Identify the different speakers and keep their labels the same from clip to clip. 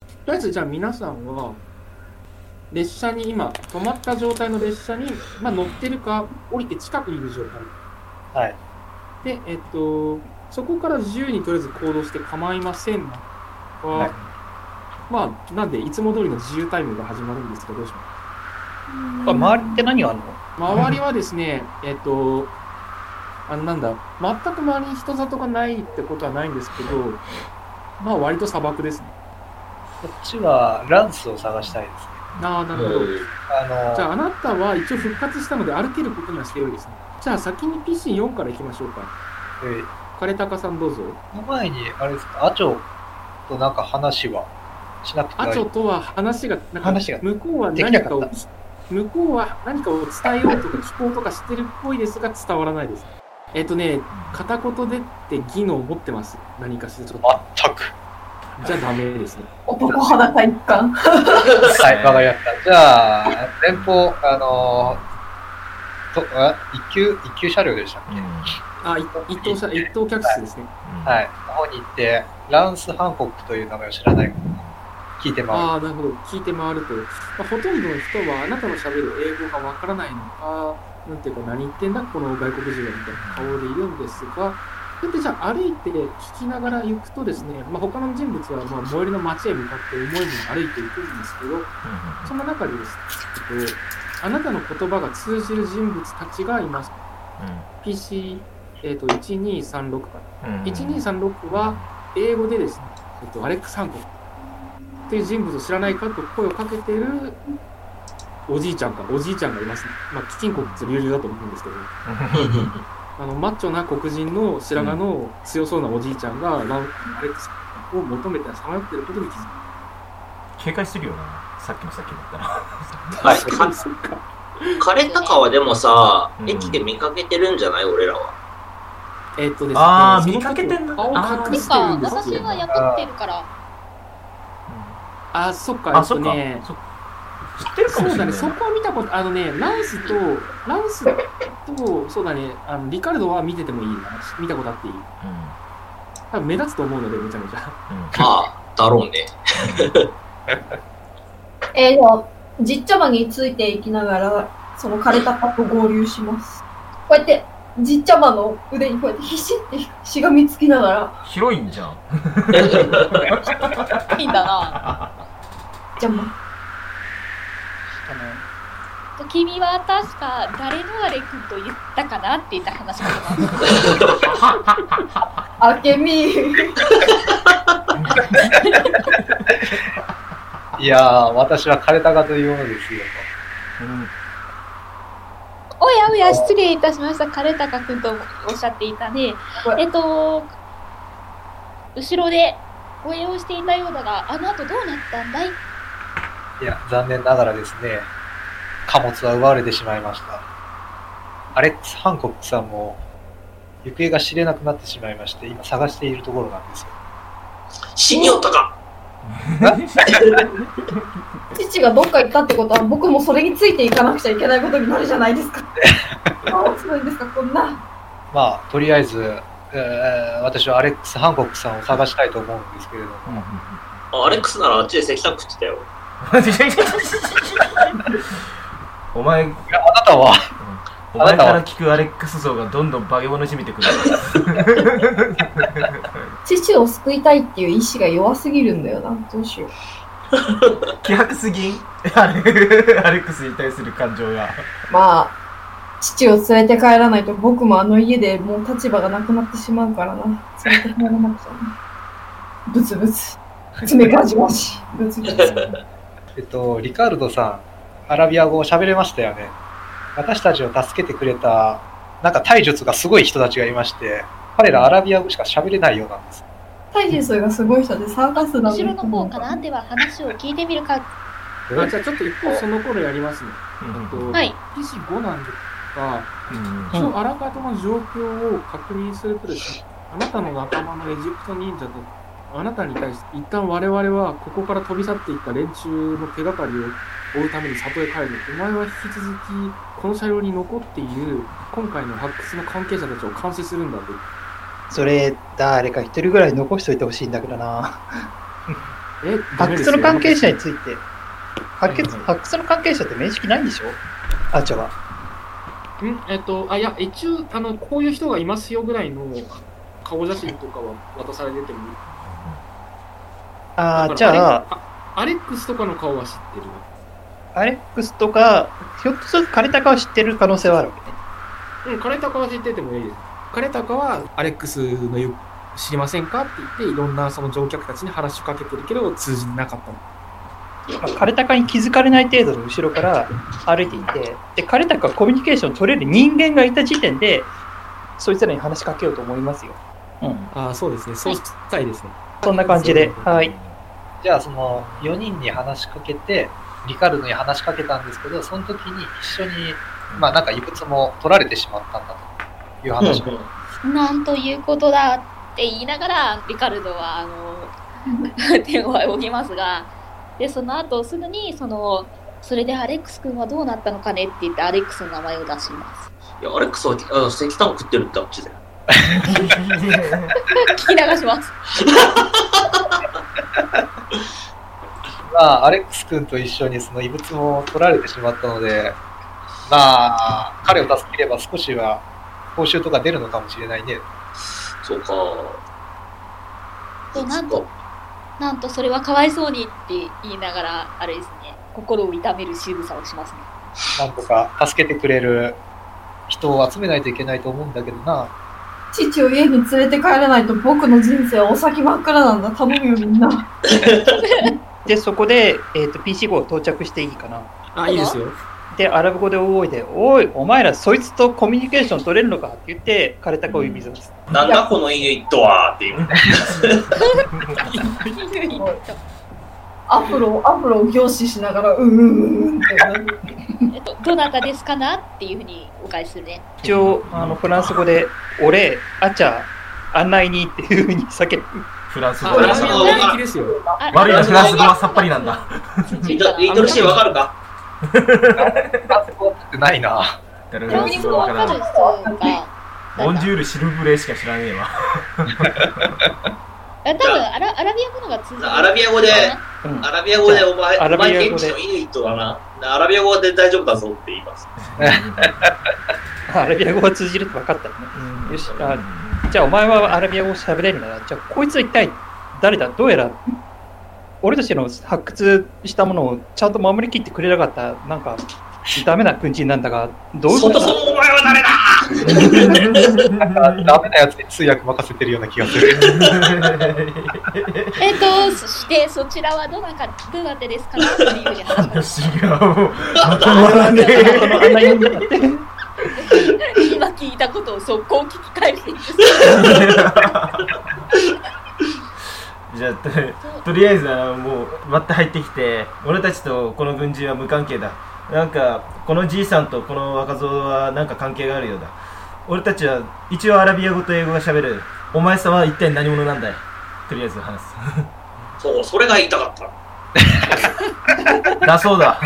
Speaker 1: とりあえずじゃあ皆さんは列車に今止まった状態の列車に、まあ、乗ってるか降りて近くにいる状態
Speaker 2: はい。
Speaker 1: で、えっと、そこから自由にとりあえず行動して構いませんが、
Speaker 2: はい
Speaker 1: まあなんでいつも通りの自由タイムが始まるんですけどどうします
Speaker 2: これ周りって何があるの
Speaker 1: 周りはですね、えっと、あの、なんだ、全く周りに人里がないってことはないんですけど、まあ、割と砂漠ですね。
Speaker 2: こっちはランスを探したいですね。
Speaker 1: ああ、なるほど。
Speaker 2: あの、
Speaker 1: じゃあ、あなたは一応復活したので歩けることにはしてるいですね。じゃあ、先に PC4 から行きましょうか。
Speaker 2: えー
Speaker 1: 枯れたかさんどうぞ。
Speaker 2: その前に、あれですか、アチョとなんか話はしなくて
Speaker 1: ア
Speaker 2: 大
Speaker 1: チ
Speaker 2: 丈
Speaker 1: ョとは話が、なんか
Speaker 2: 話が
Speaker 1: 向こうは
Speaker 2: でき
Speaker 1: 何
Speaker 2: なか
Speaker 1: か
Speaker 2: っ
Speaker 1: を
Speaker 2: た。
Speaker 1: 向こうは何かを伝えようとか聞こうとかしてるっぽいですが伝わらないです。えっとね、片言でって技能を持ってます。何かしらちょっと。
Speaker 2: 全く。
Speaker 1: じゃあダメですね。
Speaker 3: 男肌体感。
Speaker 2: はい、わかりました。じゃあ、前方、あのとあ一級、一級車両でしたっけ、
Speaker 1: あ、い一等車、一等客室ですね。
Speaker 2: はいい。。の方に行って、ランス・ハンコックという名前を知らない聞いてま
Speaker 1: ああ、なるほど。聞いて回ると。まあ、ほとんどの人は、あなたの喋る英語がわからないのか、なんていうか、何言ってんだ、この外国人は、みたいな顔でいるんですが、だってじゃあ歩いて聞きながら行くとですね、まあ、他の人物はまあ最寄りの町へ向かって思いも歩いていくんですけど、その中でですね、えっとあなたの言葉が通じる人物たちがいます。PC、えっと1236かな。1236は、英語でですね、えっと、アレック・サンコっていう人物を知らないかと声をかけてるおじいちゃんか、おじいちゃんがいますね。まあ、貴金国流々だと思うんですけど、あの、マッチョな黒人の白髪の強そうなおじいちゃんが、ランアレックサンコを求めてさまよってることに気づく。
Speaker 4: 警戒してるよな、さっきのさっきだったら。
Speaker 5: はい
Speaker 1: そうそうか
Speaker 5: 枯れたかはでもさ
Speaker 4: う、ん
Speaker 5: 駅で見かけてるんじゃない俺ら は。
Speaker 1: えっとですね、
Speaker 4: あー見かけてんの
Speaker 1: 顔を
Speaker 4: あー
Speaker 1: 隠
Speaker 6: て
Speaker 1: してる
Speaker 6: か
Speaker 1: ん、です
Speaker 6: 私
Speaker 1: よ。
Speaker 6: は雇ってるから。
Speaker 1: あ、そっか、
Speaker 4: あ、
Speaker 1: えっと
Speaker 4: そっか
Speaker 1: ね。、
Speaker 4: そ知ってるか
Speaker 1: そ
Speaker 4: も
Speaker 1: う
Speaker 4: しれ
Speaker 1: だ
Speaker 4: な
Speaker 1: ね、
Speaker 4: い。
Speaker 1: そこは見たこと、あのね、ランスと、ランスと、そうだね、あのリカルドは見ててもいいな、見たことあっていい。多分目立つと思うので、めちゃめちゃ。
Speaker 5: まあ、だろうね。
Speaker 3: えー、じゃあ、じっちゃまについていきながら、その枯れた葉と合流します。こうやって、じっちゃまの腕にこうやってひしってしがみつきながら、
Speaker 4: 広いんじゃん。
Speaker 6: いいんだな。
Speaker 3: じゃま、
Speaker 6: 君は確か誰のあれ君と言ったかなって言った話かな。
Speaker 3: あけみ、
Speaker 2: す。いやー、私は枯れたかというものですよ。
Speaker 6: おやおや、失礼いたしました。枯れたか君とおっしゃっていたね。えっと、後ろで護衛をしていたようだが、あの後どうなったんだい
Speaker 2: いや、残念ながらですね、貨物は奪われてしまいました。アレックス・ハンコックさんも、行方が知れなくなってしまいまして、今探しているところなんですよ。
Speaker 5: 死によったか
Speaker 3: 父がどっか行ったってことは、僕もそれについていかなくちゃいけないことになるじゃないですか。どうするんですか、こんな。
Speaker 2: まあ、とりあえず、えー私はアレックス・ハンコックさんを探したいと思うんですけれども、
Speaker 5: あアレックスならあっちで石炭食ってたよ。
Speaker 4: お前、
Speaker 2: いやあなたは、
Speaker 4: お前から聞くアレックス像がどんどん化け物じみてくる。
Speaker 3: 父を救いたいっていう意志が弱すぎるんだよな。どうしよう。
Speaker 4: 気迫すぎんアレアレックスに対する感情が。
Speaker 3: まあ、父を連れて帰らないと僕もあの家でもう立場がなくなってしまうからな。連れて帰らなくちゃな。ブツブツ。爪ガジガジ。ブツブツ。
Speaker 2: えっと、リカルドさん、アラビア語を喋れましたよね。私たちを助けてくれた、なんか体術がすごい人たちがいまして、彼らアラビア語しか喋れないようなんです。
Speaker 3: タイジェンスがすごい人でサーカスだ
Speaker 6: 後ろの方かなでは話を聞いてみるか。
Speaker 1: あじゃあちょっと一方その頃やりますね。えっと、
Speaker 6: はい。
Speaker 1: PC5 なんですが、
Speaker 4: うん
Speaker 1: 一応あらかたの状況を確認するとですね、あなたの仲間のエジプト忍者と、あなたに対して、一旦我々はここから飛び去っていった連中の手がかりを追うために里へ帰る。お前は引き続き、この車両に残っている今回の発掘の関係者たちを監視するんだと。
Speaker 7: それ、誰か一人ぐらい残しといてほしいんだけどな。
Speaker 1: え、
Speaker 7: ハックスの関係者に
Speaker 1: つ
Speaker 7: ついて、ハックス
Speaker 4: はいはい
Speaker 7: ハックスの関係者って面識ないんでしょあちゃは。
Speaker 1: んえっと、あ、いや、一応、あの、こういう人がいますよぐらいの顔写真とかは渡されてても、だか
Speaker 7: あ
Speaker 1: ら
Speaker 7: ーじゃあ、
Speaker 1: あ、アレックスとかの顔は知ってるわ。
Speaker 7: アレックスとか、ひょっとすると金高は知ってる可能性はあるわけね。
Speaker 1: うん、枯れたかは知っててもいいです。枯れたかは、アレックスの言う、知りませんかって言って、いろんなその乗客たちに話しかけてるけど、通じなかったの。
Speaker 7: まあ枯れたかに気づかれない程度の後ろから歩いていて、で枯れたかコミュニケーション取れる人間がいた時点で、そいつらに話しかけようと思いますよ。うん、
Speaker 1: ああ、そうですね。そうしたいですね。
Speaker 7: そんな感じで、は
Speaker 4: う
Speaker 7: い
Speaker 4: ん。
Speaker 2: じゃあその4人に話しかけて、リカルドに話しかけたんですけど、その時に一緒に、まあなんか異物も取られてしまったんだという話も、
Speaker 6: なんということだって言いながら、リカルドは、あの、手を仰ぎますが、で、その後、すぐに、その、それでアレックス君はどうなったのかねって言って、アレックスの名前を出します。
Speaker 5: いや、アレックスはあ石炭食ってるってあっちだよ。
Speaker 6: 聞き流します。
Speaker 2: まあアレックス君と一緒にその異物も取られてしまったので、まあ彼を助ければ少しは報酬とか出るのかもしれないね。
Speaker 5: そうか。
Speaker 6: そうなん
Speaker 5: そ
Speaker 6: と
Speaker 5: っか
Speaker 6: なんとそれはかわいそうにって言いながら、あれですね、心を痛める仕草をしますね。
Speaker 2: なんとか助けてくれる人を集めないといけないと思うんだけどな。
Speaker 3: 父を家に連れて帰らないと僕の人生はお先真っ暗なんだ。頼むよみんな。
Speaker 7: で、そこで、えー、と PC5 到着していいかな。
Speaker 1: あ、いいですよ。
Speaker 7: で、アラブ語で大いで、おい、お前らそいつとコミュニケーション取れるのかって言って、枯れた子を指さす。
Speaker 5: なんだこのユニットはっていう。
Speaker 3: アフロ、アフロを凝視しながら、うんうんうんうんって。
Speaker 6: えっと、どなたですかなっていうふうにお返しするね。
Speaker 7: 一応、あの、フランス語で、俺、アチャ、案内にっていうふうに叫ぶ。
Speaker 4: フランス
Speaker 1: あ、
Speaker 4: 語
Speaker 5: う
Speaker 4: だ
Speaker 1: ラ
Speaker 5: フ
Speaker 1: ー
Speaker 5: ラン
Speaker 1: メ
Speaker 5: ス
Speaker 1: ン
Speaker 5: 語
Speaker 1: は元気です
Speaker 5: だ
Speaker 1: よ。
Speaker 6: あ
Speaker 4: 悪いな
Speaker 5: フランス語
Speaker 4: はさっぱりなんだ。
Speaker 5: イントイントネシアわかるか
Speaker 2: ないな。
Speaker 4: なる
Speaker 6: フ
Speaker 4: ほど
Speaker 6: ランス語わかる人が。
Speaker 4: ボンジュールシルブレしか知らねえわ。
Speaker 6: あ多分アラアラビア語のが通じる。
Speaker 5: アラビア語で
Speaker 7: うん
Speaker 5: アラビア語でお前、
Speaker 7: ア
Speaker 5: お
Speaker 7: ラビア語
Speaker 5: 前
Speaker 7: で
Speaker 5: 現地のイヌイットだな。アラビア語で大丈夫だぞって言います。
Speaker 7: アラビア語が通じるって分かったよね。
Speaker 4: うん
Speaker 7: よしじゃあ、お前はアラビア語喋れるなら、じゃあ、こいつは一体誰だどうやら、俺たちの発掘したものをちゃんと守りきってくれなかった、なんか、ダメな軍人なんだが、どういう
Speaker 5: そ
Speaker 7: こ
Speaker 5: も
Speaker 7: と
Speaker 5: そ
Speaker 7: だ
Speaker 5: もお前は誰だ
Speaker 2: ダメなやつに通訳任せてるような気がする。
Speaker 6: えっと、そしてそちらはどなかどなたですかなっていうふうに話します。
Speaker 4: 違う。まとまらね
Speaker 7: その案内人だって。
Speaker 6: 今聞いたことを速攻聞き返していく。
Speaker 4: じゃあと、とりあえずあのもう割って入ってきて、俺たちとこの軍人は無関係だ。なんかこのじいさんとこの若造はなんか関係があるようだ。俺たちは一応アラビア語と英語が喋れる。お前さんは一体何者なんだい。とりあえ ず話す。
Speaker 5: そう、それが言いたかった。
Speaker 4: だそうだ。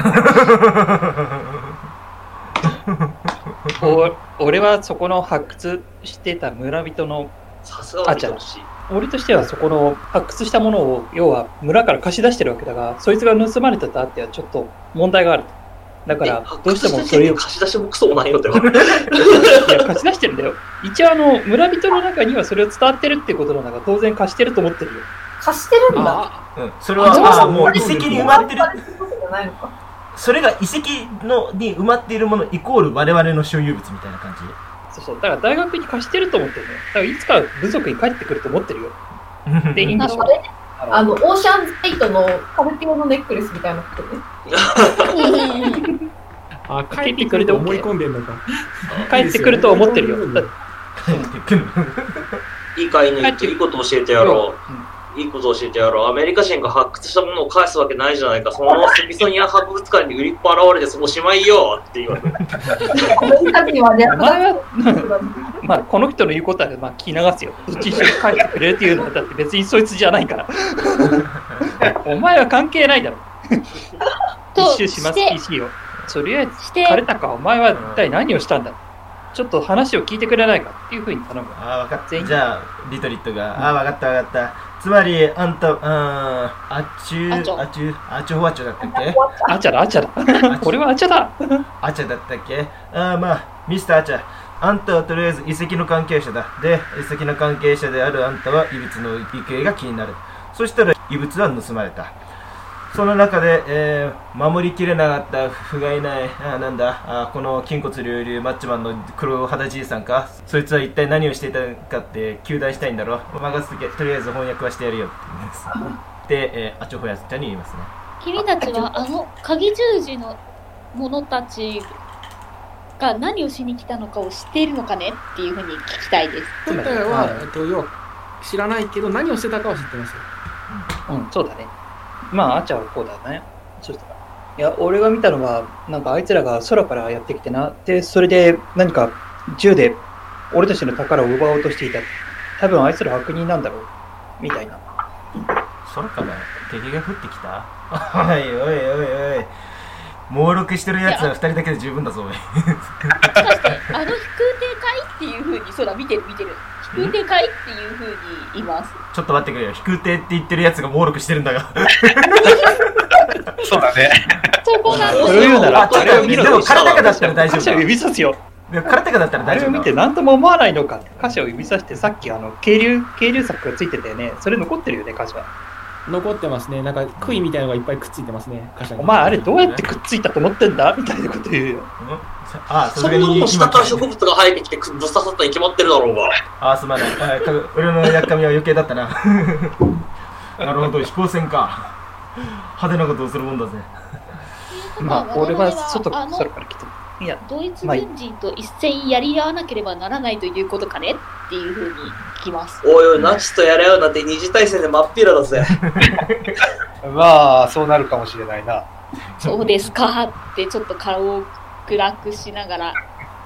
Speaker 7: お俺はそこの発掘してた村人の
Speaker 5: さすがは見てほしい。
Speaker 7: 俺としてはそこの発掘したものを要は村から貸し出してるわけだがそいつが盗まれたとあってはちょっと問題があるとだから
Speaker 5: え
Speaker 7: どうしてもそれをい
Speaker 5: 貸し出しもクソもないよって言われる。
Speaker 7: や貸し出してるんだよ一応あの村人の中にはそれを伝わってるってことなんだが当然貸してると思ってるよ
Speaker 3: 貸してるんだ。
Speaker 1: あ、
Speaker 4: うん、それは
Speaker 1: あそうそう
Speaker 4: あもう遺跡に埋まってる
Speaker 3: あ。そういうことじゃないのか。
Speaker 4: それが遺跡のに埋まっているものイコール我々の所有物みたいな感じ。
Speaker 7: そうそうだから大学に貸してると思ってるのよだからいつか部族に帰ってくると思ってるよ でいいん
Speaker 3: あ
Speaker 7: でしょ
Speaker 3: それあの、オーシャンズ8のカルティオのネックレスみたいなことね。
Speaker 1: あ、帰ってくると思い込んでんのか。
Speaker 7: 帰ってくると思ってるよだって
Speaker 4: 帰ってくる
Speaker 5: いいかいぬいといいこと教えてやろ
Speaker 7: うん
Speaker 5: う。いいこと教えてやろう。アメリカ人が発掘したものを返すわけないじゃないか。そのままスミソニアン博物館に売りっぱ現れて、そのおしまいよって言われる。
Speaker 3: この人にはね、
Speaker 7: お前は
Speaker 3: 話が
Speaker 7: まあこの人の言うことはまあ聞き流すよ。どっちにしろ返してくれるっていうのはだって別にそいつじゃないから。お前は関係ないだろ。
Speaker 6: と
Speaker 7: 一周します
Speaker 6: して
Speaker 7: PC を。とりあえず、
Speaker 6: して
Speaker 7: 枯れたか、お前は一体何をしたんだちょっと話を聞いてくれないかっていうふうに頼む。
Speaker 4: ああ、分かっ
Speaker 7: 全
Speaker 4: た。
Speaker 7: 員
Speaker 4: じゃあ、リトリットが、ああ、分かった分かった。つまり、あんた、うん、あっちゅう、あ
Speaker 6: あちょ
Speaker 4: っちゅう、あっちゅうほあっちゅうだったっけ
Speaker 7: あちゃだあちゃだ。これはあちゃだ。
Speaker 4: アチャだったっけああまあミスターアチャあんたはとりあえず遺跡の関係者だで遺跡の関係者であるあんたは異物の行方が気になるそしたら異物は盗まれたその中で、えー守りきれなかった不甲斐ないあーなんだあーこの筋骨隆々マッチマンの黒肌じいさんかそいつは一体何をしていたのかって糾弾したいんだろう任せとけとりあえず翻訳はしてやるよって言いますで、えー、アチョホヤちゃんに言いますね
Speaker 6: 君たちはあの鍵十字の者たちが何をしに来たのかを知っているのかねっていうふうに聞きたいです。
Speaker 1: 今回
Speaker 4: はい
Speaker 1: は、えっと、要は知らないけど、何をしてたかは知ってますよ。
Speaker 7: うん、そうだね。まあ、あちゃはこうだね。そうしたら。いや、俺が見たのは、なんかあいつらが空からやってきてな。で、それで何か銃で俺たちの宝を奪おうとしていた。多分あいつら悪人なんだろう。みたいな。
Speaker 4: 空から敵が降ってきたおいおいおいおい猛録してるやつは2人だけで十分だぞおい
Speaker 6: もしかして、あの飛空艇かいっていうふうに、空見てる見てる。飛空艇かいっていうふうに言い ます。
Speaker 4: ちょっと待ってくれよ飛空艇って言ってるやつが猛録してるんだが
Speaker 2: そうだね。
Speaker 6: そこが
Speaker 7: それを言うなら、
Speaker 4: あちょっと
Speaker 7: あれを見ろ
Speaker 4: でも体が出したら大丈夫
Speaker 7: 歌詞を指さすよ。
Speaker 4: でも空手家だったら
Speaker 7: あ
Speaker 4: 大
Speaker 7: れ
Speaker 4: 丈
Speaker 7: を
Speaker 4: 夫だ
Speaker 7: 見て何とも思わないのか。歌詞を指さして、さっきあの、渓流、渓流作がついてたよね。それ残ってるよね、歌詞は。
Speaker 1: 残ってますね。なんか、杭みたいなのがいっぱいくっついてますね。箇所に
Speaker 7: お前、あれどうやってくっついたと思ってんだみたいなこと言うよ。
Speaker 4: うんあさす
Speaker 5: そ
Speaker 4: が
Speaker 5: んなも
Speaker 4: に
Speaker 5: ん下
Speaker 4: 今
Speaker 5: から植物が生えてきてぶっ刺さったに決まってるだろうが。
Speaker 4: あすまないあか俺のやっかみは余計だ ったななるほど飛行船か派手なことをするもんだぜ
Speaker 7: まあ、俺は外、
Speaker 6: あの
Speaker 7: 空から来て。いや、
Speaker 6: ドイツ軍人と一戦やり合わなければならないということかねっていうふうに聞きます。
Speaker 5: おいおい、ナチスとやり合うなんて二次大戦で真っ平だぜ。
Speaker 2: まあ、そうなるかもしれないな。
Speaker 6: そうですかってちょっと顔を暗くしながら、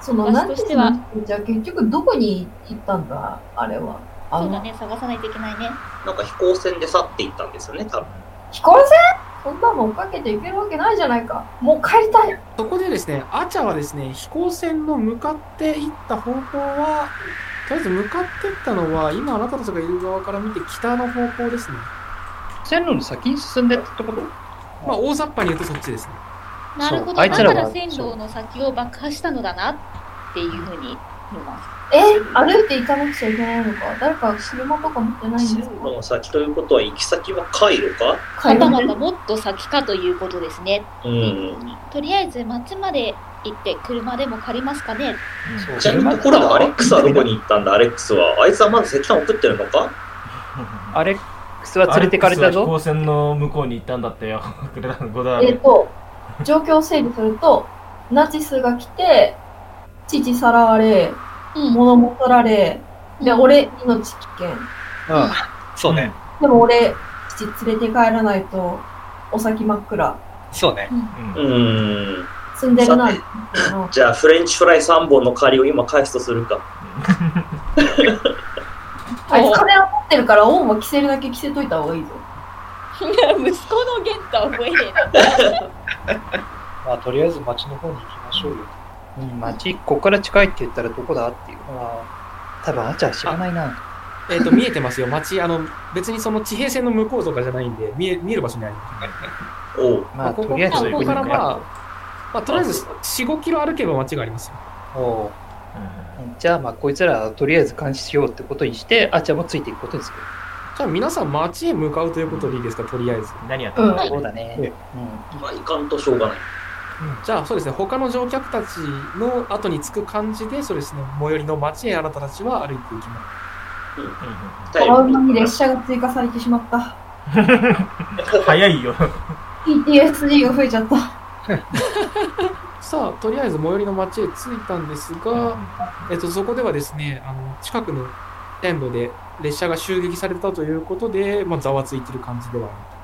Speaker 3: その
Speaker 6: 私
Speaker 3: 何
Speaker 6: と
Speaker 3: と
Speaker 6: し
Speaker 3: してて
Speaker 6: は
Speaker 3: はじゃあ結局どこに行ったんだあれはあ
Speaker 6: そう
Speaker 3: の
Speaker 6: だね、探さないといけないね。
Speaker 5: なんか飛行船で去っていったんですよね、多分。
Speaker 3: 飛行船そんなもん追っかけていけるわけないじゃないかもう帰りたい
Speaker 1: そこでですね、アチャはですね、飛行船の向かっていった方向は、とりあえず向かっていったのは、今あなたたちがいる側から見て北の方向ですね。
Speaker 7: 線路の先に進んでったってこと
Speaker 1: まあ、大雑把に言うとそっちですね。
Speaker 6: なるほど、
Speaker 7: あ
Speaker 6: だ
Speaker 7: いつ
Speaker 6: から
Speaker 7: は
Speaker 6: ら線路の先を爆破したのだなっていうふうに言います。
Speaker 3: え歩いて行かなくちゃいけないのか誰か車とか持ってないん
Speaker 5: 線
Speaker 3: です
Speaker 5: 路の先ということは行き先は回路か
Speaker 3: か
Speaker 6: はたま
Speaker 3: 帰
Speaker 6: た
Speaker 3: る
Speaker 6: もっと先かということですね。
Speaker 5: う。
Speaker 6: うんとりあえず町まで行って車でも借りますかね。
Speaker 7: そう
Speaker 5: ちなみにところでアレックスはどこに行ったんだアレックスは。あいつはまだ石炭を送ってるのか
Speaker 7: アレックスは連れてかれた
Speaker 4: アレックスは飛
Speaker 7: ぞ。
Speaker 4: 行船の向こうに行ったんだってよ これらのゴダール
Speaker 3: えっと状況を整理するとナチスが来て父さらわれ
Speaker 6: うん
Speaker 3: 物も取られで俺命危険
Speaker 2: うん。そうね。
Speaker 3: でも俺父連れて帰らないとお先真っ暗
Speaker 2: そうね。
Speaker 4: うん
Speaker 5: うーん。
Speaker 3: 積んでるな
Speaker 5: さじゃあ、フレンチフライ3本の借りを今返すとするか。
Speaker 3: あいつ金を持ってるから恩は着せるだけ着せといた方がいいぞ
Speaker 6: 息子の源太は覚えねえな。
Speaker 2: まあ、とりあえず町の方に行きましょうよ。
Speaker 7: うん、町、ここから近いって言ったらどこだっていうのは、多分あちゃは知らないな。
Speaker 1: えっ、と、見えてますよ。街、あの、別にその地平線の向こうとかじゃないんで、見え見える場所にあります。
Speaker 5: おう。
Speaker 7: まあ、
Speaker 1: ことこ
Speaker 7: りあえず
Speaker 1: ここから
Speaker 7: 行
Speaker 1: まあ、まあ、とりあえず4、5キロ歩けば街がありますよ。
Speaker 7: こうおうじゃあ、まあ、こいつらはとりあえず監視しようってことにして、あちゃもついていくことにする。
Speaker 1: じゃあ、皆さん街へ向かうということでいいですか、とりあえず。
Speaker 4: 何やった
Speaker 3: うん
Speaker 4: の
Speaker 7: そうだね。
Speaker 1: ね
Speaker 7: う
Speaker 5: まあ、いかんとしょうがない。
Speaker 1: じゃあ、そうですね、他の乗客たちの後に着く感じで、そうですね、最寄りの街へあなたたちは歩いていきます。
Speaker 5: タイ
Speaker 3: トラウ
Speaker 5: ム
Speaker 3: マに列車が追加されてしまった
Speaker 4: 早いよ
Speaker 3: PTSD が増えちゃった
Speaker 1: さあ、とりあえず最寄りの町へ着いたんですが、えっと、そこではですね、あの近くの線路で列車が襲撃されたということで、まあ、ざわついてる感じではあ